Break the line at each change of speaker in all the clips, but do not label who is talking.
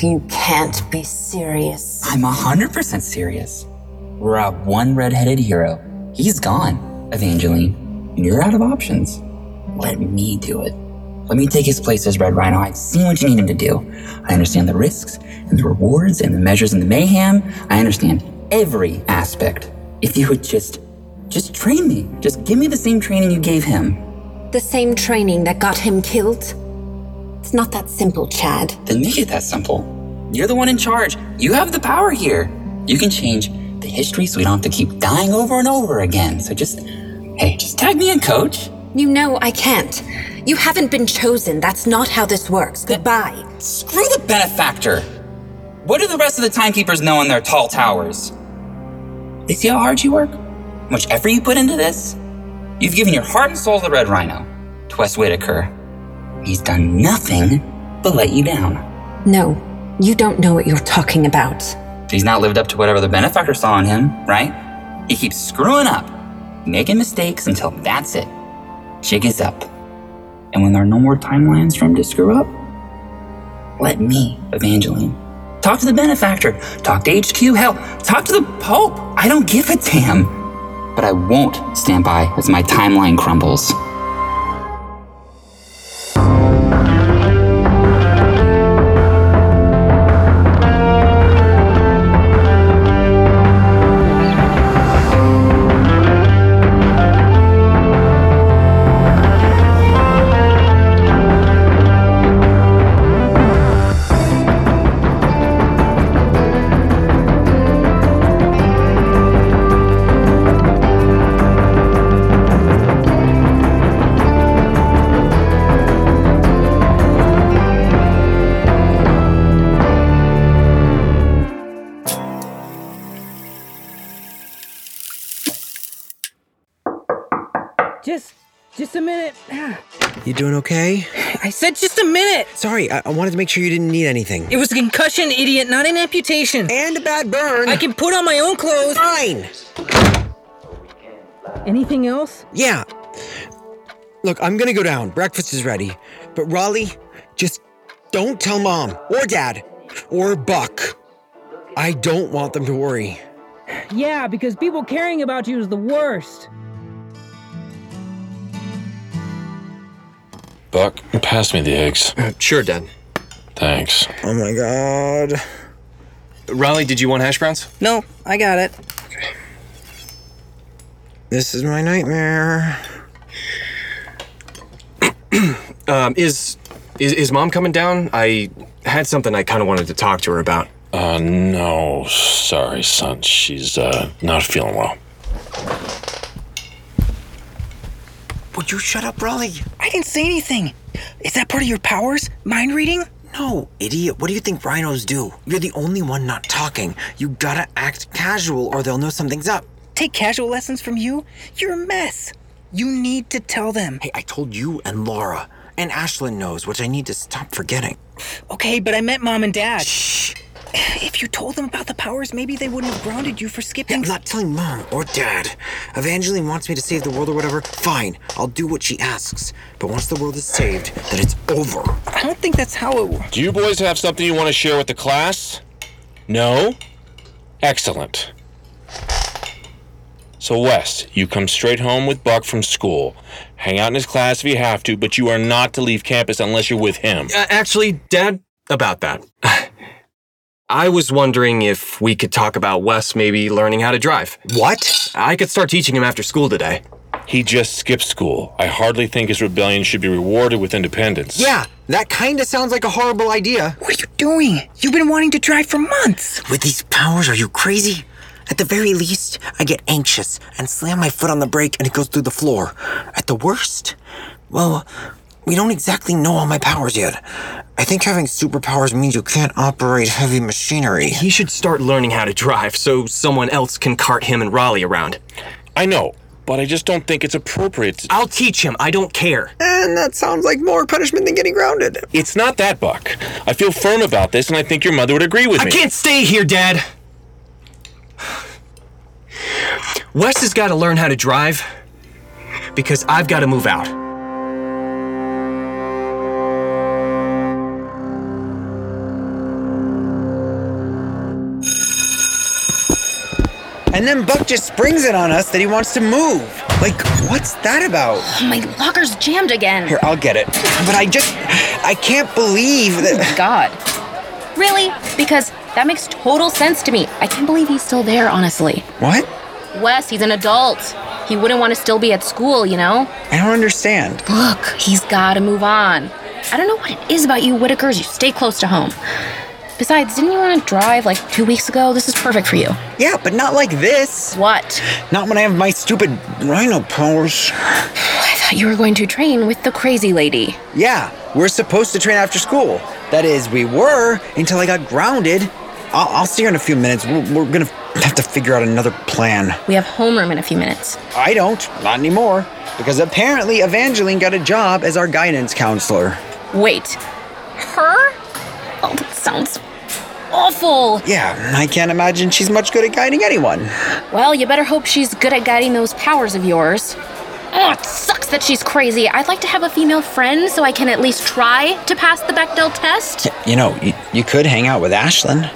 You can't be serious.
I'm 100% serious. We're out one redheaded hero. He's gone, Evangeline. And you're out of options. Let me do it. Let me take his place as Red Rhino. I've seen what you need him to do. I understand the risks and the rewards and the measures and the mayhem. I understand every aspect. If you would just, just train me. Just give me the same training you gave him.
The same training that got him killed? It's not that simple, Chad.
Then make it that simple. You're the one in charge. You have the power here. You can change the history so we don't have to keep dying over and over again. So just, hey, just tag me in, coach.
You know I can't. You haven't been chosen. That's not how this works. Goodbye.
Screw the benefactor! What do the rest of the timekeepers know in their tall towers? They see how hard you work? How much effort you put into this? You've given your heart and soul to Red Rhino, to Wes Whitaker. He's done nothing but let you down.
No, you don't know what you're talking about.
He's not lived up to whatever the benefactor saw in him, right? He keeps screwing up, making mistakes until that's it. Jig is up. And when there are no more timelines for him to screw up, let me, Evangeline. Talk to the benefactor. Talk to HQ. Hell, talk to the Pope. I don't give a damn. But I won't stand by as my timeline crumbles.
Just, just a minute.
You doing okay?
I said just a minute.
Sorry, I-, I wanted to make sure you didn't need anything.
It was a concussion, idiot, not an amputation.
And a bad burn.
I can put on my own clothes.
Fine.
Anything else?
Yeah. Look, I'm gonna go down. Breakfast is ready. But Raleigh, just don't tell mom or dad or Buck. I don't want them to worry.
Yeah, because people caring about you is the worst.
Buck, pass me the eggs.
Uh, Sure, Dad.
Thanks.
Oh my god.
Riley, did you want hash browns?
No, I got it.
This is my nightmare.
Um, is, is is mom coming down? I had something I kind of wanted to talk to her about.
Uh, no, sorry, son. She's uh, not feeling well.
Would you shut up, Raleigh?
I didn't say anything. Is that part of your powers? Mind reading?
No, idiot. What do you think rhinos do? You're the only one not talking. You gotta act casual or they'll know something's up.
Take casual lessons from you? You're a mess. You need to tell them.
Hey, I told you and Laura. And Ashlyn knows, which I need to stop forgetting.
Okay, but I meant mom and dad. Shh. If you told them about the powers, maybe they wouldn't have grounded you for
I'm
skipping.
not telling mom or dad. Evangeline wants me to save the world or whatever. Fine, I'll do what she asks. But once the world is saved, then it's over.
I don't think that's how it works.
Do you boys have something you want to share with the class? No? Excellent. So, Wes, you come straight home with Buck from school. Hang out in his class if you have to, but you are not to leave campus unless you're with him.
Uh, actually, Dad, about that. I was wondering if we could talk about Wes maybe learning how to drive.
What?
I could start teaching him after school today.
He just skipped school. I hardly think his rebellion should be rewarded with independence.
Yeah, that kinda sounds like a horrible idea.
What are you doing? You've been wanting to drive for months.
With these powers, are you crazy? At the very least, I get anxious and slam my foot on the brake and it goes through the floor. At the worst, well, we don't exactly know all my powers yet. I think having superpowers means you can't operate heavy machinery.
He should start learning how to drive so someone else can cart him and Raleigh around.
I know, but I just don't think it's appropriate. to-
I'll teach him. I don't care.
And that sounds like more punishment than getting grounded.
It's not that, Buck. I feel firm about this, and I think your mother would agree with
I
me.
can't stay here, Dad. Wes has got to learn how to drive because I've got to move out.
And then Buck just springs it on us that he wants to move. Like, what's that about?
Oh, my locker's jammed again.
Here, I'll get it. But I just, I can't believe that.
Oh God. Really? Because that makes total sense to me. I can't believe he's still there, honestly.
What?
Wes, he's an adult. He wouldn't want to still be at school, you know?
I don't understand.
Look, he's gotta move on. I don't know what it is about you, Whitakers. You stay close to home. Besides, didn't you want to drive like two weeks ago? This is perfect for you.
Yeah, but not like this.
What?
Not when I have my stupid rhino powers.
I thought you were going to train with the crazy lady.
Yeah, we're supposed to train after school. That is, we were until I got grounded. I'll, I'll see her in a few minutes. We're, we're gonna have to figure out another plan.
We have homeroom in a few minutes.
I don't, not anymore, because apparently Evangeline got a job as our guidance counselor.
Wait. Her? Oh, that sounds awful.
Yeah, I can't imagine she's much good at guiding anyone.
Well, you better hope she's good at guiding those powers of yours. Oh, it sucks that she's crazy. I'd like to have a female friend so I can at least try to pass the Bechdel test.
You know, you, you could hang out with Ashlyn,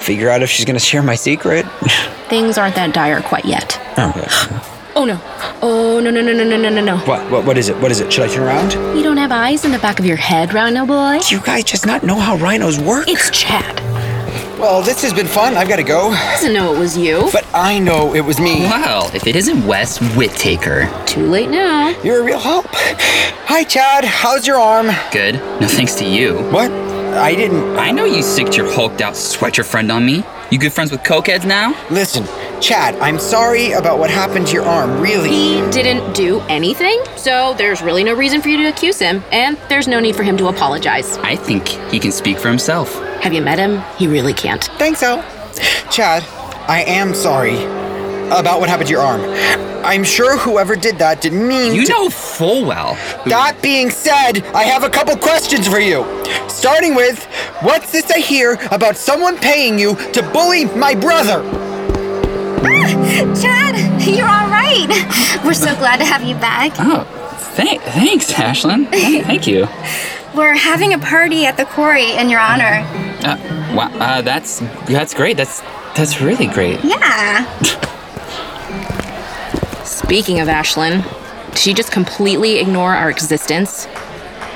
figure out if she's gonna share my secret.
Things aren't that dire quite yet.
oh,
Oh no. Oh no no no no no no no no.
what, what, what is it? What is it? Should I turn around?
You don't have eyes in the back of your head, Rhino boy.
Do you guys just not know how rhinos work?
It's Chad.
well, this has been fun. I've gotta go.
Doesn't know it was you.
But I know it was me.
Wow, if it isn't Wes Whittaker.
Too late now.
You're a real help. Hi, Chad. How's your arm?
Good. No thanks to you.
What? I didn't.
I know you sicked your hulked out sweater friend on me. You good friends with cokeheads now?
Listen, Chad, I'm sorry about what happened to your arm, really.
He didn't do anything, so there's really no reason for you to accuse him, and there's no need for him to apologize.
I think he can speak for himself.
Have you met him? He really can't.
Thanks, Al. Chad, I am sorry about what happened to your arm. I'm sure whoever did that didn't mean
You
to-
know full well. who-
That being said, I have a couple questions for you. Starting with, what's this I hear about someone paying you to bully my brother?
Chad, you're all right.
We're so glad to have you back.
Oh, thank, thanks, Ashlyn. Thank, thank you.
We're having a party at the quarry in your honor.
Uh, wow, uh, that's that's great. That's that's really great.
Yeah.
Speaking of Ashlyn, did she just completely ignore our existence?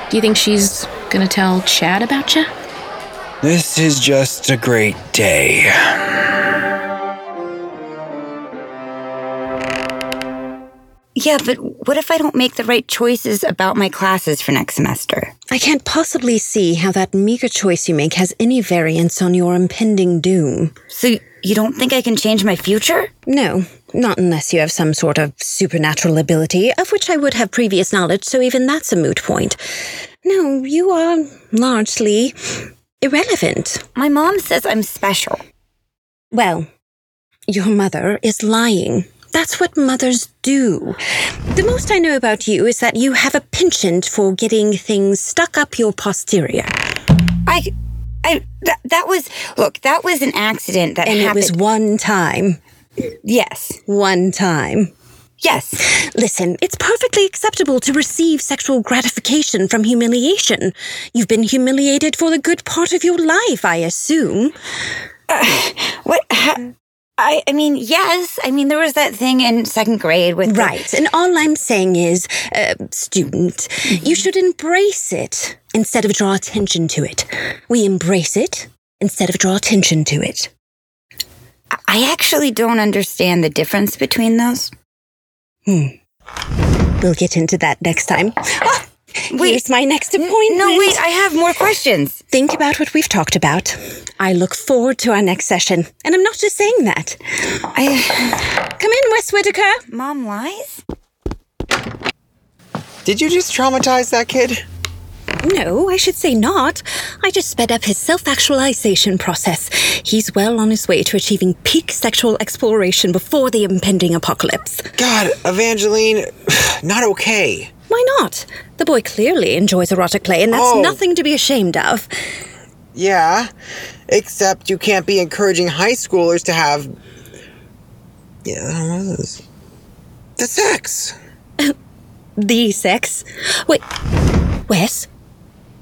Do you think she's gonna tell Chad about you?
This is just a great day.
Yeah, but what if I don't make the right choices about my classes for next semester?
I can't possibly see how that meager choice you make has any variance on your impending doom.
So you don't think I can change my future?
No, not unless you have some sort of supernatural ability, of which I would have previous knowledge, so even that's a moot point. No, you are largely irrelevant.
My mom says I'm special.
Well, your mother is lying. That's what mothers do. The most I know about you is that you have a penchant for getting things stuck up your posterior.
I, I that that was look that was an accident that
And it
happened.
was one time.
yes,
One time.
yes.
Listen, it's perfectly acceptable to receive sexual gratification from humiliation. You've been humiliated for the good part of your life, I assume.
What? Ha- I I mean yes. I mean there was that thing in second grade with the-
Right. And all I'm saying is, uh, student, you should embrace it instead of draw attention to it. We embrace it instead of draw attention to it.
I actually don't understand the difference between those.
We'll get into that next time. Ah,
Wait.
Here's my next
N-
appointment.
No, wait, I have more questions.
Think about what we've talked about. I look forward to our next session. And I'm not just saying that.
I,
Come in, Wes Whitaker.
Mom lies?
Did you just traumatize that kid?
No, I should say not. I just sped up his self actualization process. He's well on his way to achieving peak sexual exploration before the impending apocalypse.
God, Evangeline, not okay.
Why not? The boy clearly enjoys erotic play, and that's
Oh.
nothing to be ashamed of.
Yeah, except you can't be encouraging high schoolers to have. Yeah, I don't know this. The sex.
The sex. Wait, Wes?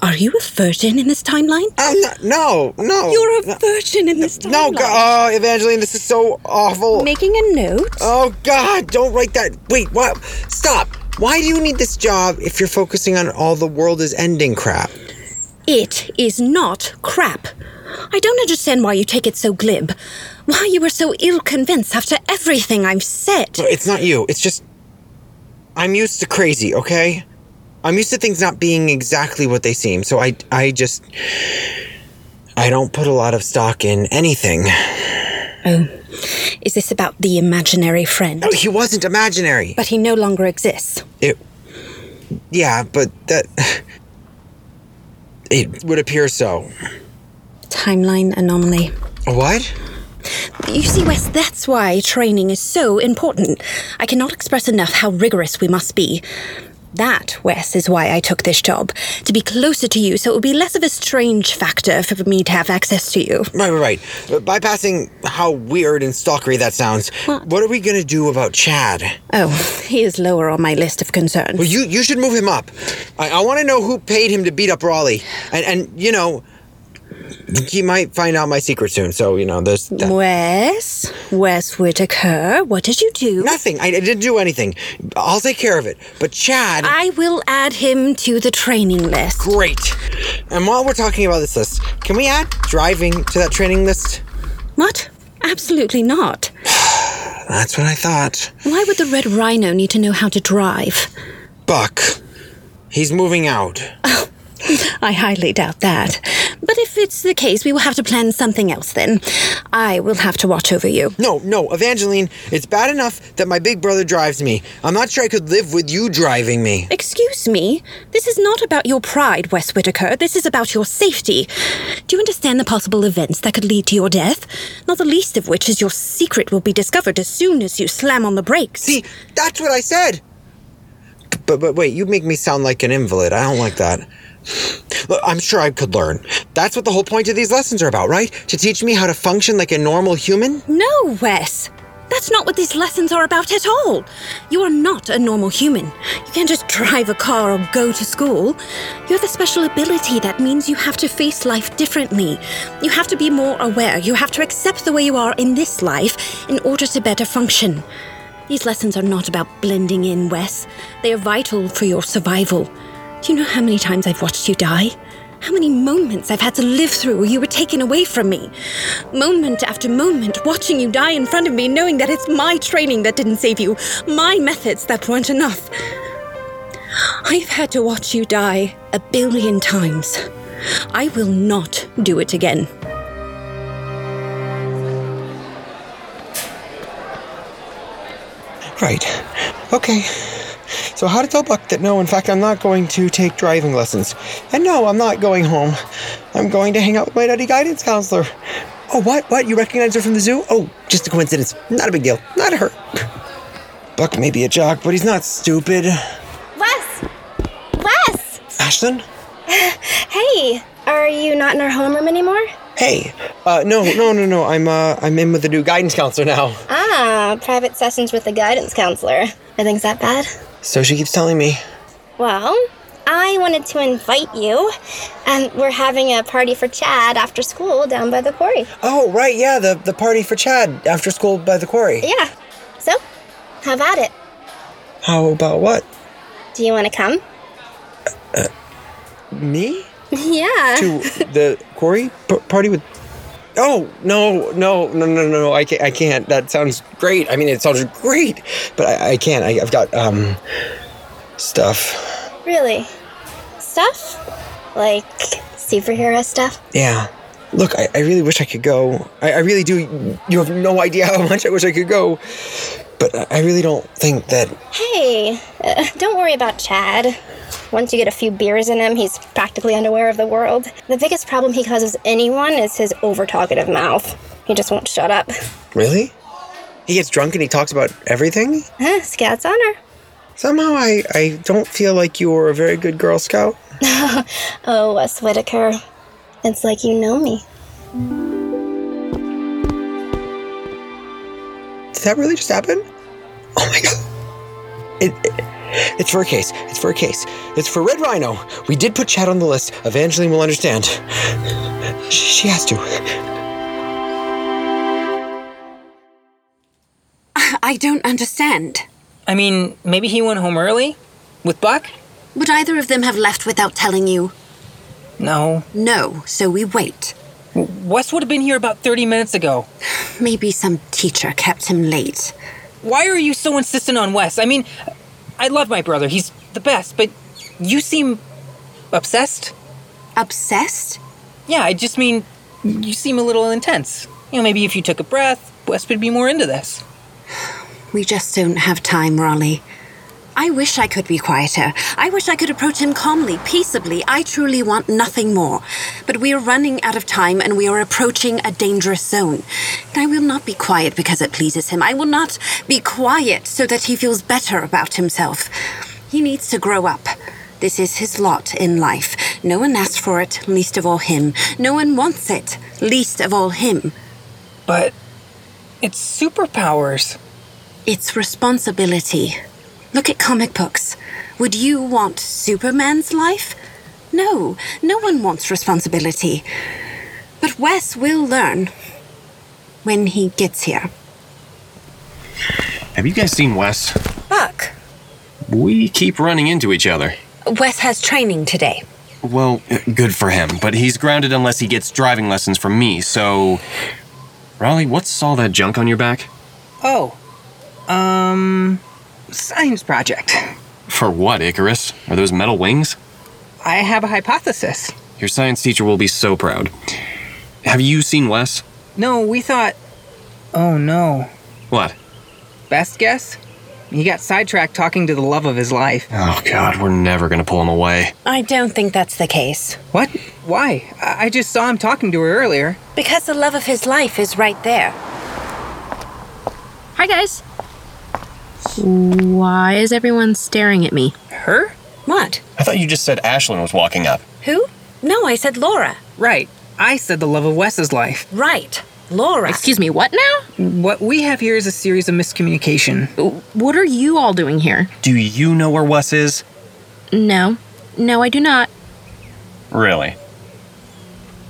Are you a virgin in this timeline?
I'm not. No, Oh, no.
You're a virgin in this
No,
timeline.
go- oh, Evangeline, this is so awful.
Making a note?
Oh, God, don't write that. Wait, what? Stop. Why do you need this job if you're focusing on all the world is ending crap?
It is not crap. I don't understand why you take it so glib. Why you were so ill convinced after everything I've said.
Look, It's not you. It's just. I'm used to crazy, okay? I'm used to things not being exactly what they seem, so I, I just. I don't put a lot of stock in anything.
Oh, is this about the imaginary friend? No,
he wasn't imaginary.
But he no longer exists.
It. Yeah, but that. It would appear so.
Timeline anomaly.
What?
You see, Wes, that's why training is so important. I cannot express enough how rigorous we must be. That, Wes, is why I took this job. To be closer to you, so it would be less of a strange factor for me to have access to you.
Right, right, right. But bypassing how weird and stalkery that sounds, what, are we gonna do about Chad?
Oh, he is lower on my list of concerns.
Well, you you should move him up. I, I want to know who paid him to beat up Raleigh, and and you know, he might find out my secret soon. So you know, there's that.
Wes? Wes Whitaker, what did you do?
nothing. I, I didn't do anything. I'll take care of it. But Chad,
I will add him to the training list.
Great. And while we're talking about this list, can we add driving to that training list?
What? Absolutely not.
That's what I thought.
Why would the Red Rhino need to know how to drive?
Buck, he's moving out.
I highly doubt that. But if it's the case, we will have to plan something else then. I will have to watch over you.
No, no, Evangeline, it's bad enough that my big brother drives me. I'm not sure I could live with you driving me.
Excuse me, this is not about your pride, Wes Whitaker. This is about your safety. Do you understand the possible events that could lead to your death? Not the least of which is your secret will be discovered as soon as you slam on the brakes. See,
that's what I said. But but wait, you make me sound like an invalid. I don't like that. Look, I'm sure I could learn. That's what the whole point of these lessons are about, right? To teach me how to function like a normal human?
No, Wes. That's not what these lessons are about at all. You are not a normal human. You can't just drive a car or go to school. You have a special ability that means you have to face life differently. You have to be more aware. You have to accept the way you are in this life in order to better function. These lessons are not about blending in, Wes. They are vital for your survival. Do you know how many times I've watched you die? How many moments I've had to live through where you were taken away from me? Moment after moment, watching you die in front of me, knowing that it's my training that didn't save you, my methods that weren't enough. I've had to watch you die a billion times. I will not do it again.
Right. Okay. So how to tell Buck that no, in fact, I'm not going to take driving lessons. And no, I'm not going home. I'm going to hang out with my nutty guidance counselor. Oh, what? What? You recognize her from the zoo? Oh, just a coincidence. Not a big deal. Not her. Buck may be a jock, but he's not stupid.
Wes! Wes!
Ashton?
Hey, are you not in our homeroom anymore?
Hey. Uh, no, no, no, no. I'm, uh, I'm in with the new guidance counselor now.
Ah, private sessions with the guidance counselor. I think's that bad.
So she keeps telling me.
Well, I wanted to invite you, and we're having a party for Chad after school down by the quarry.
Oh, right, yeah, the, the party for Chad after school by the quarry.
Yeah. So, how about it?
How about what?
Do you want to come?
Me?
yeah.
to the quarry p- party with oh no no no no no no I can't, I can't that sounds great i mean it sounds great but i, I can't I, i've got um stuff
Really? Stuff? Like superhero stuff?
yeah look i, I really wish i could go I, I really do you have no idea how much i wish i could go but I- i really don't think that
Hey, uh, don't worry about Chad. Once you get a few beers in him, he's practically unaware of the world. The biggest problem he causes anyone is his over talkative mouth. He just won't shut up.
really he gets drunk and he talks about everything
Huh, Scout's honor.
somehow i i don't feel like you're a very good girl scout
oh, Wes Whitaker. It's like you know me.
Did that really just happen? Oh my god. It, it- It's for a case. It's for a case. It's for Red Rhino. We did put Chad on the list. Evangeline will understand. She has to.
I don't understand.
I mean, maybe he went home early? With Buck?
Would either of them have left without telling you?
No.
No, so we wait.
Wes would have been here about 30 minutes ago.
Maybe some teacher kept him late.
Why are you so insistent on Wes? I mean, I love my brother. He's the best, but you seem obsessed.
Obsessed?
Yeah, I just mean, you seem a little intense. You know, maybe if you took a breath, Wes would be more into this.
We just don't have time, Raleigh. I wish I could be quieter. I wish I could approach him calmly, peaceably. I truly want nothing more. But we are running out of time and we are approaching a dangerous zone. And I will not be quiet because it pleases him. I will not be quiet so that he feels better about himself. He needs to grow up. This is his lot in life. No one asked for it, least of all him. No one wants it, least of all him.
But it's superpowers.
It's responsibility. Look at comic books. Would you want Superman's life? No, no one wants responsibility. But Wes will learn when he gets here.
Have you guys seen Wes?
Buck,
We keep running into each other.
Wes has training today.
Well, good for him, but he's grounded unless he gets driving lessons from me, so. Raleigh, what's all that junk on your back?
Oh, um, science project.
For what, Icarus? Are those metal wings?
I have a hypothesis.
Your science teacher will be so proud. Have you seen Wes?
No, we thought. Oh no.
What?
Best guess? He got sidetracked talking to the love of his life.
Oh, God, we're never gonna pull him away.
I don't think that's the case.
What? Why? I I just saw him talking to her earlier.
Because the love of his life is right there.
Hi, guys. Why is everyone staring at me?
Her?
What?
I thought you just said Ashlyn was walking up.
Who? No, I said Laura.
Right. I said the love of Wes's life.
Right. Laura.
Excuse me, what now?
What we have here is a series of miscommunication.
What are you all doing here?
Do you know where Wes is?
No. No, I do not.
Really?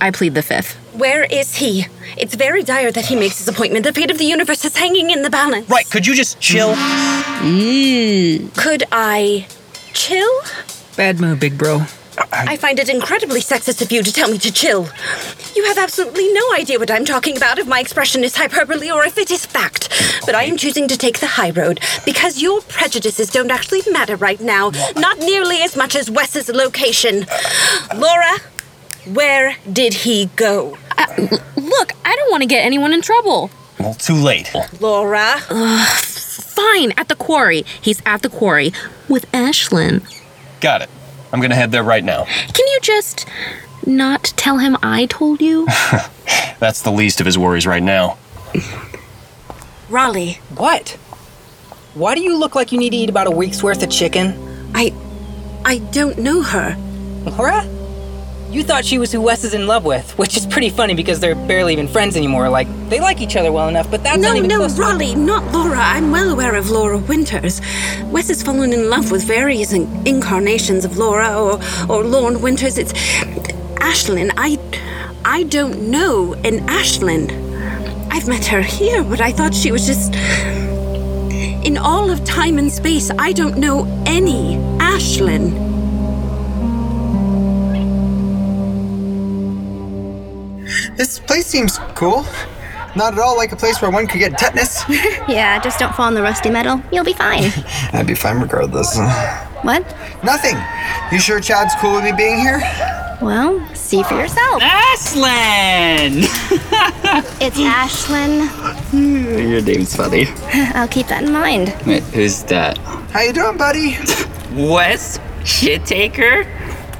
I plead the fifth.
Where is he? It's very dire that he makes his appointment. The fate of the universe is hanging in the balance.
Right, could you just chill?
Could I chill?
Bad move, big bro.
I find it incredibly sexist of you to tell me to chill. You have absolutely no idea what I'm talking about if my expression is hyperbole or if it is fact. But I am choosing to take the high road because your prejudices don't actually matter right now, not nearly as much as Wes's location. Laura, where did he go?
Look, I don't want to get anyone in trouble.
Well, too late.
Laura?
Fine, at the quarry. He's at the quarry with Ashlyn.
Got it. I'm gonna head there right now.
Can you just not tell him I told you?
That's the least of his worries right now.
Raleigh.
What? Why do you look like you need to eat about a week's worth of chicken?
I. I don't know her.
Laura? You thought she was who Wes is in love with, which is pretty funny because they're barely even friends anymore. Like, they like each other well enough, but that's
no,
not even
no,
close. to-
Raleigh, not Laura. I'm well aware of Laura Winters. Wes has fallen in love with various in- incarnations of Laura or or Lorne Winters. It's Ashlyn. I I don't know an Ashlyn. I've met her here, but I thought she was just in all of time and space. I don't know any Ashlyn.
This place seems cool. Not at all like a place where one could get tetanus.
yeah, just don't fall in the rusty metal. You'll be fine.
I'd be fine regardless.
what?
Nothing. You sure Chad's cool with me being here?
Well, see for yourself.
Ashlyn!
it's Ashlyn.
Your name's funny.
I'll keep that in mind.
Wait, who's that?
How you doing, buddy?
Wes Shit Taker?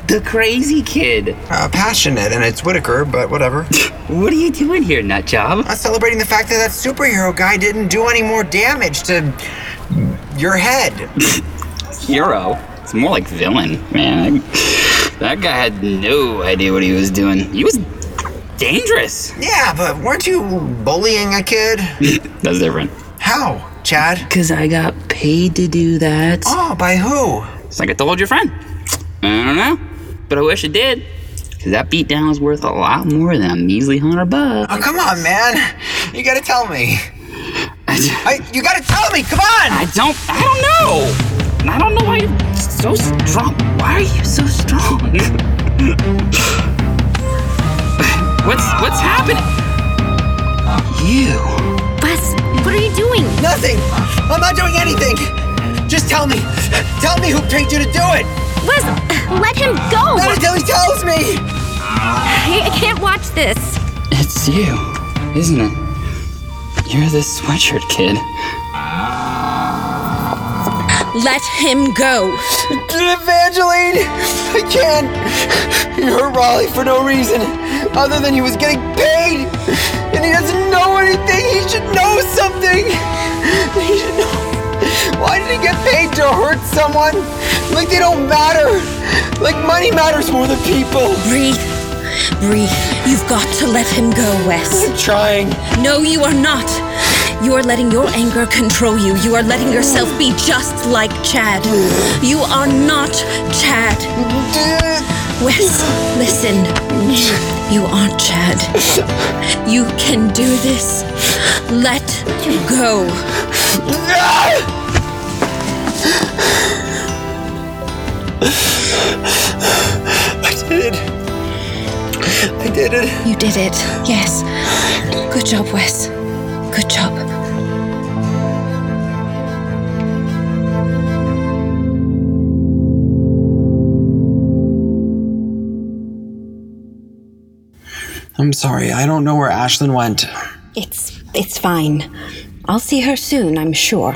The crazy kid.
Uh, passionate, and it's Whitaker, but whatever.
what are you doing here, nutjob?
I'm celebrating the fact that that superhero guy didn't do any more damage to your head.
Hero? It's more like villain, man. That guy had no idea what he was doing. He was dangerous.
Yeah, but weren't you bullying a kid?
That's different.
How?
Chad? Because I got paid to do that.
Oh, by who? It's like I told your friend. I don't know, but I wish it did. Because that beatdown was worth a lot more than a measly hundred bucks.
Oh, come on, man. You gotta tell me. I, you gotta tell me. Come on.
I don't. I don't know. I don't know why you're so strong. Why are you so strong? what's what's happening? You.
Wes, what are you doing?
Nothing. I'm not doing anything. Just tell me. Tell me who paid you to do it.
Wes, let him go.
Not until he tells me.
I, I can't watch this.
It's you, isn't it? You're the sweatshirt kid.
Let him go.
Evangeline, I can't. You hurt Raleigh for no reason other than he was getting paid, and he doesn't know anything. He should know something. He should know. Why did he get paid to hurt someone? Like they don't matter. Like money matters more than people.
Breathe. Bree, you've got to let him go, Wes.
I'm trying.
No, you are not. You are letting your anger control you. You are letting yourself be just like Chad. You are not Chad. Wes, listen. You aren't Chad. You can do this. Let go.
I did it. I did it.
You did it. Yes. Good job, Wes. Good job.
I'm sorry, I don't know where Ashlyn went.
It's it's fine. I'll see her soon, I'm sure.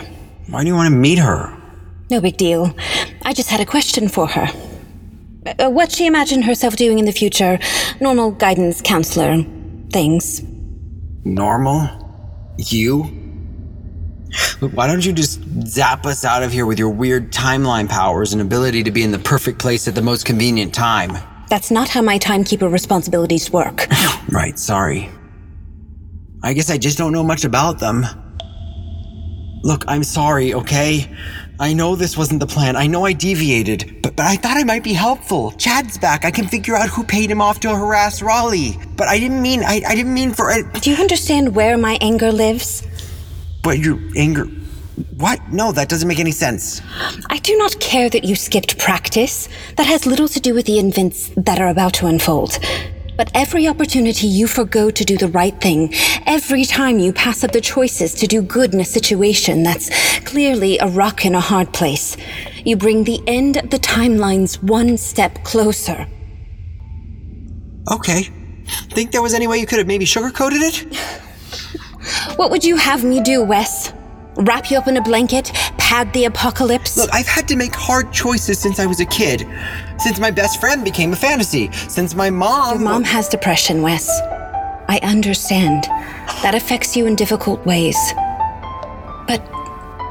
Why do you want to meet her?
No big deal. I just had a question for her. Uh, what she imagined herself doing in the future, normal guidance counselor things.
Normal? You? But Why don't you just zap us out of here with your weird timeline powers and ability to be in the perfect place at the most convenient time?
That's not how my timekeeper responsibilities work.
Right, sorry. I guess I just don't know much about them. Look, I'm sorry, okay? I know this wasn't the plan. I know I deviated, but, but I thought I might be helpful. Chad's back. I can figure out who paid him off to harass Raleigh. But I didn't mean I, I didn't mean for it.
Do you understand where my anger lives?
But your anger What? No, that doesn't make any sense.
I do not care that you skipped practice. That has little to do with the events that are about to unfold. But every opportunity you forgo to do the right thing, every time you pass up the choices to do good in a situation that's clearly a rock in a hard place, you bring the end of the timelines one step closer.
Okay. Think there was any way you could have maybe sugarcoated it?
What would you have me do, Wes? Wrap you up in a blanket? Pad the apocalypse?
Look, I've had to make hard choices since I was a kid. Since my best friend became a fantasy. Since my mom.
Your mom has depression, Wes. I understand. That affects you in difficult ways. But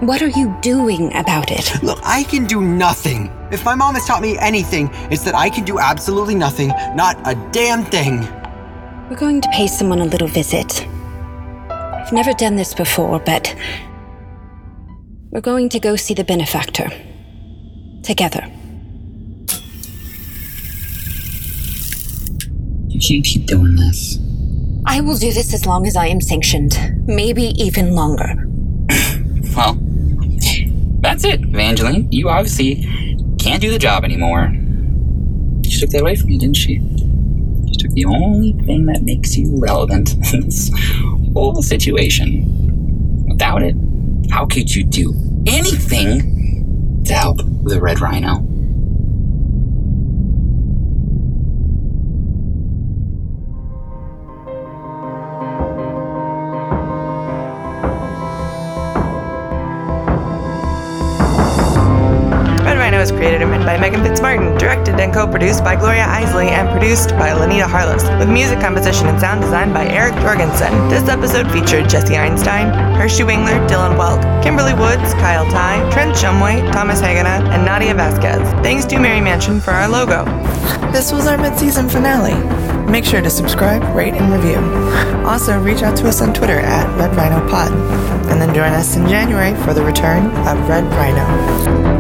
what are you doing about it?
Look, I can do nothing. If my mom has taught me anything, it's that I can do absolutely nothing, not a damn thing.
We're going to pay someone a little visit. I've never done this before, but we're going to go see the benefactor. Together.
You can't keep doing this.
I will do this as long as I am sanctioned. Maybe even longer.
Well, that's it, Evangeline. You obviously can't do the job anymore. She took that away from you, didn't she? She took the only thing that makes you relevant in this whole situation. Without it, how could you do anything to help the Red Rhino?
Red Rhino is created and written by Megan Fitzmartin, directed and co-produced by Gloria Isley, and produced by Lenita Harless, with music composition and sound design by Eric Jorgensen. This episode featured Jesse Einstein, Hershey Wingler, Dylan Welk, Kimberly Woods, Kyle Ty, Trent Shumway, Thomas Hagana, and Nadia Vasquez. Thanks to Mary Mansion for our logo. This was our mid-season finale. Make sure to subscribe, rate, and review. Also, reach out to us on Twitter at Red Rhino Pod. And then join us in January for the return of Red Rhino.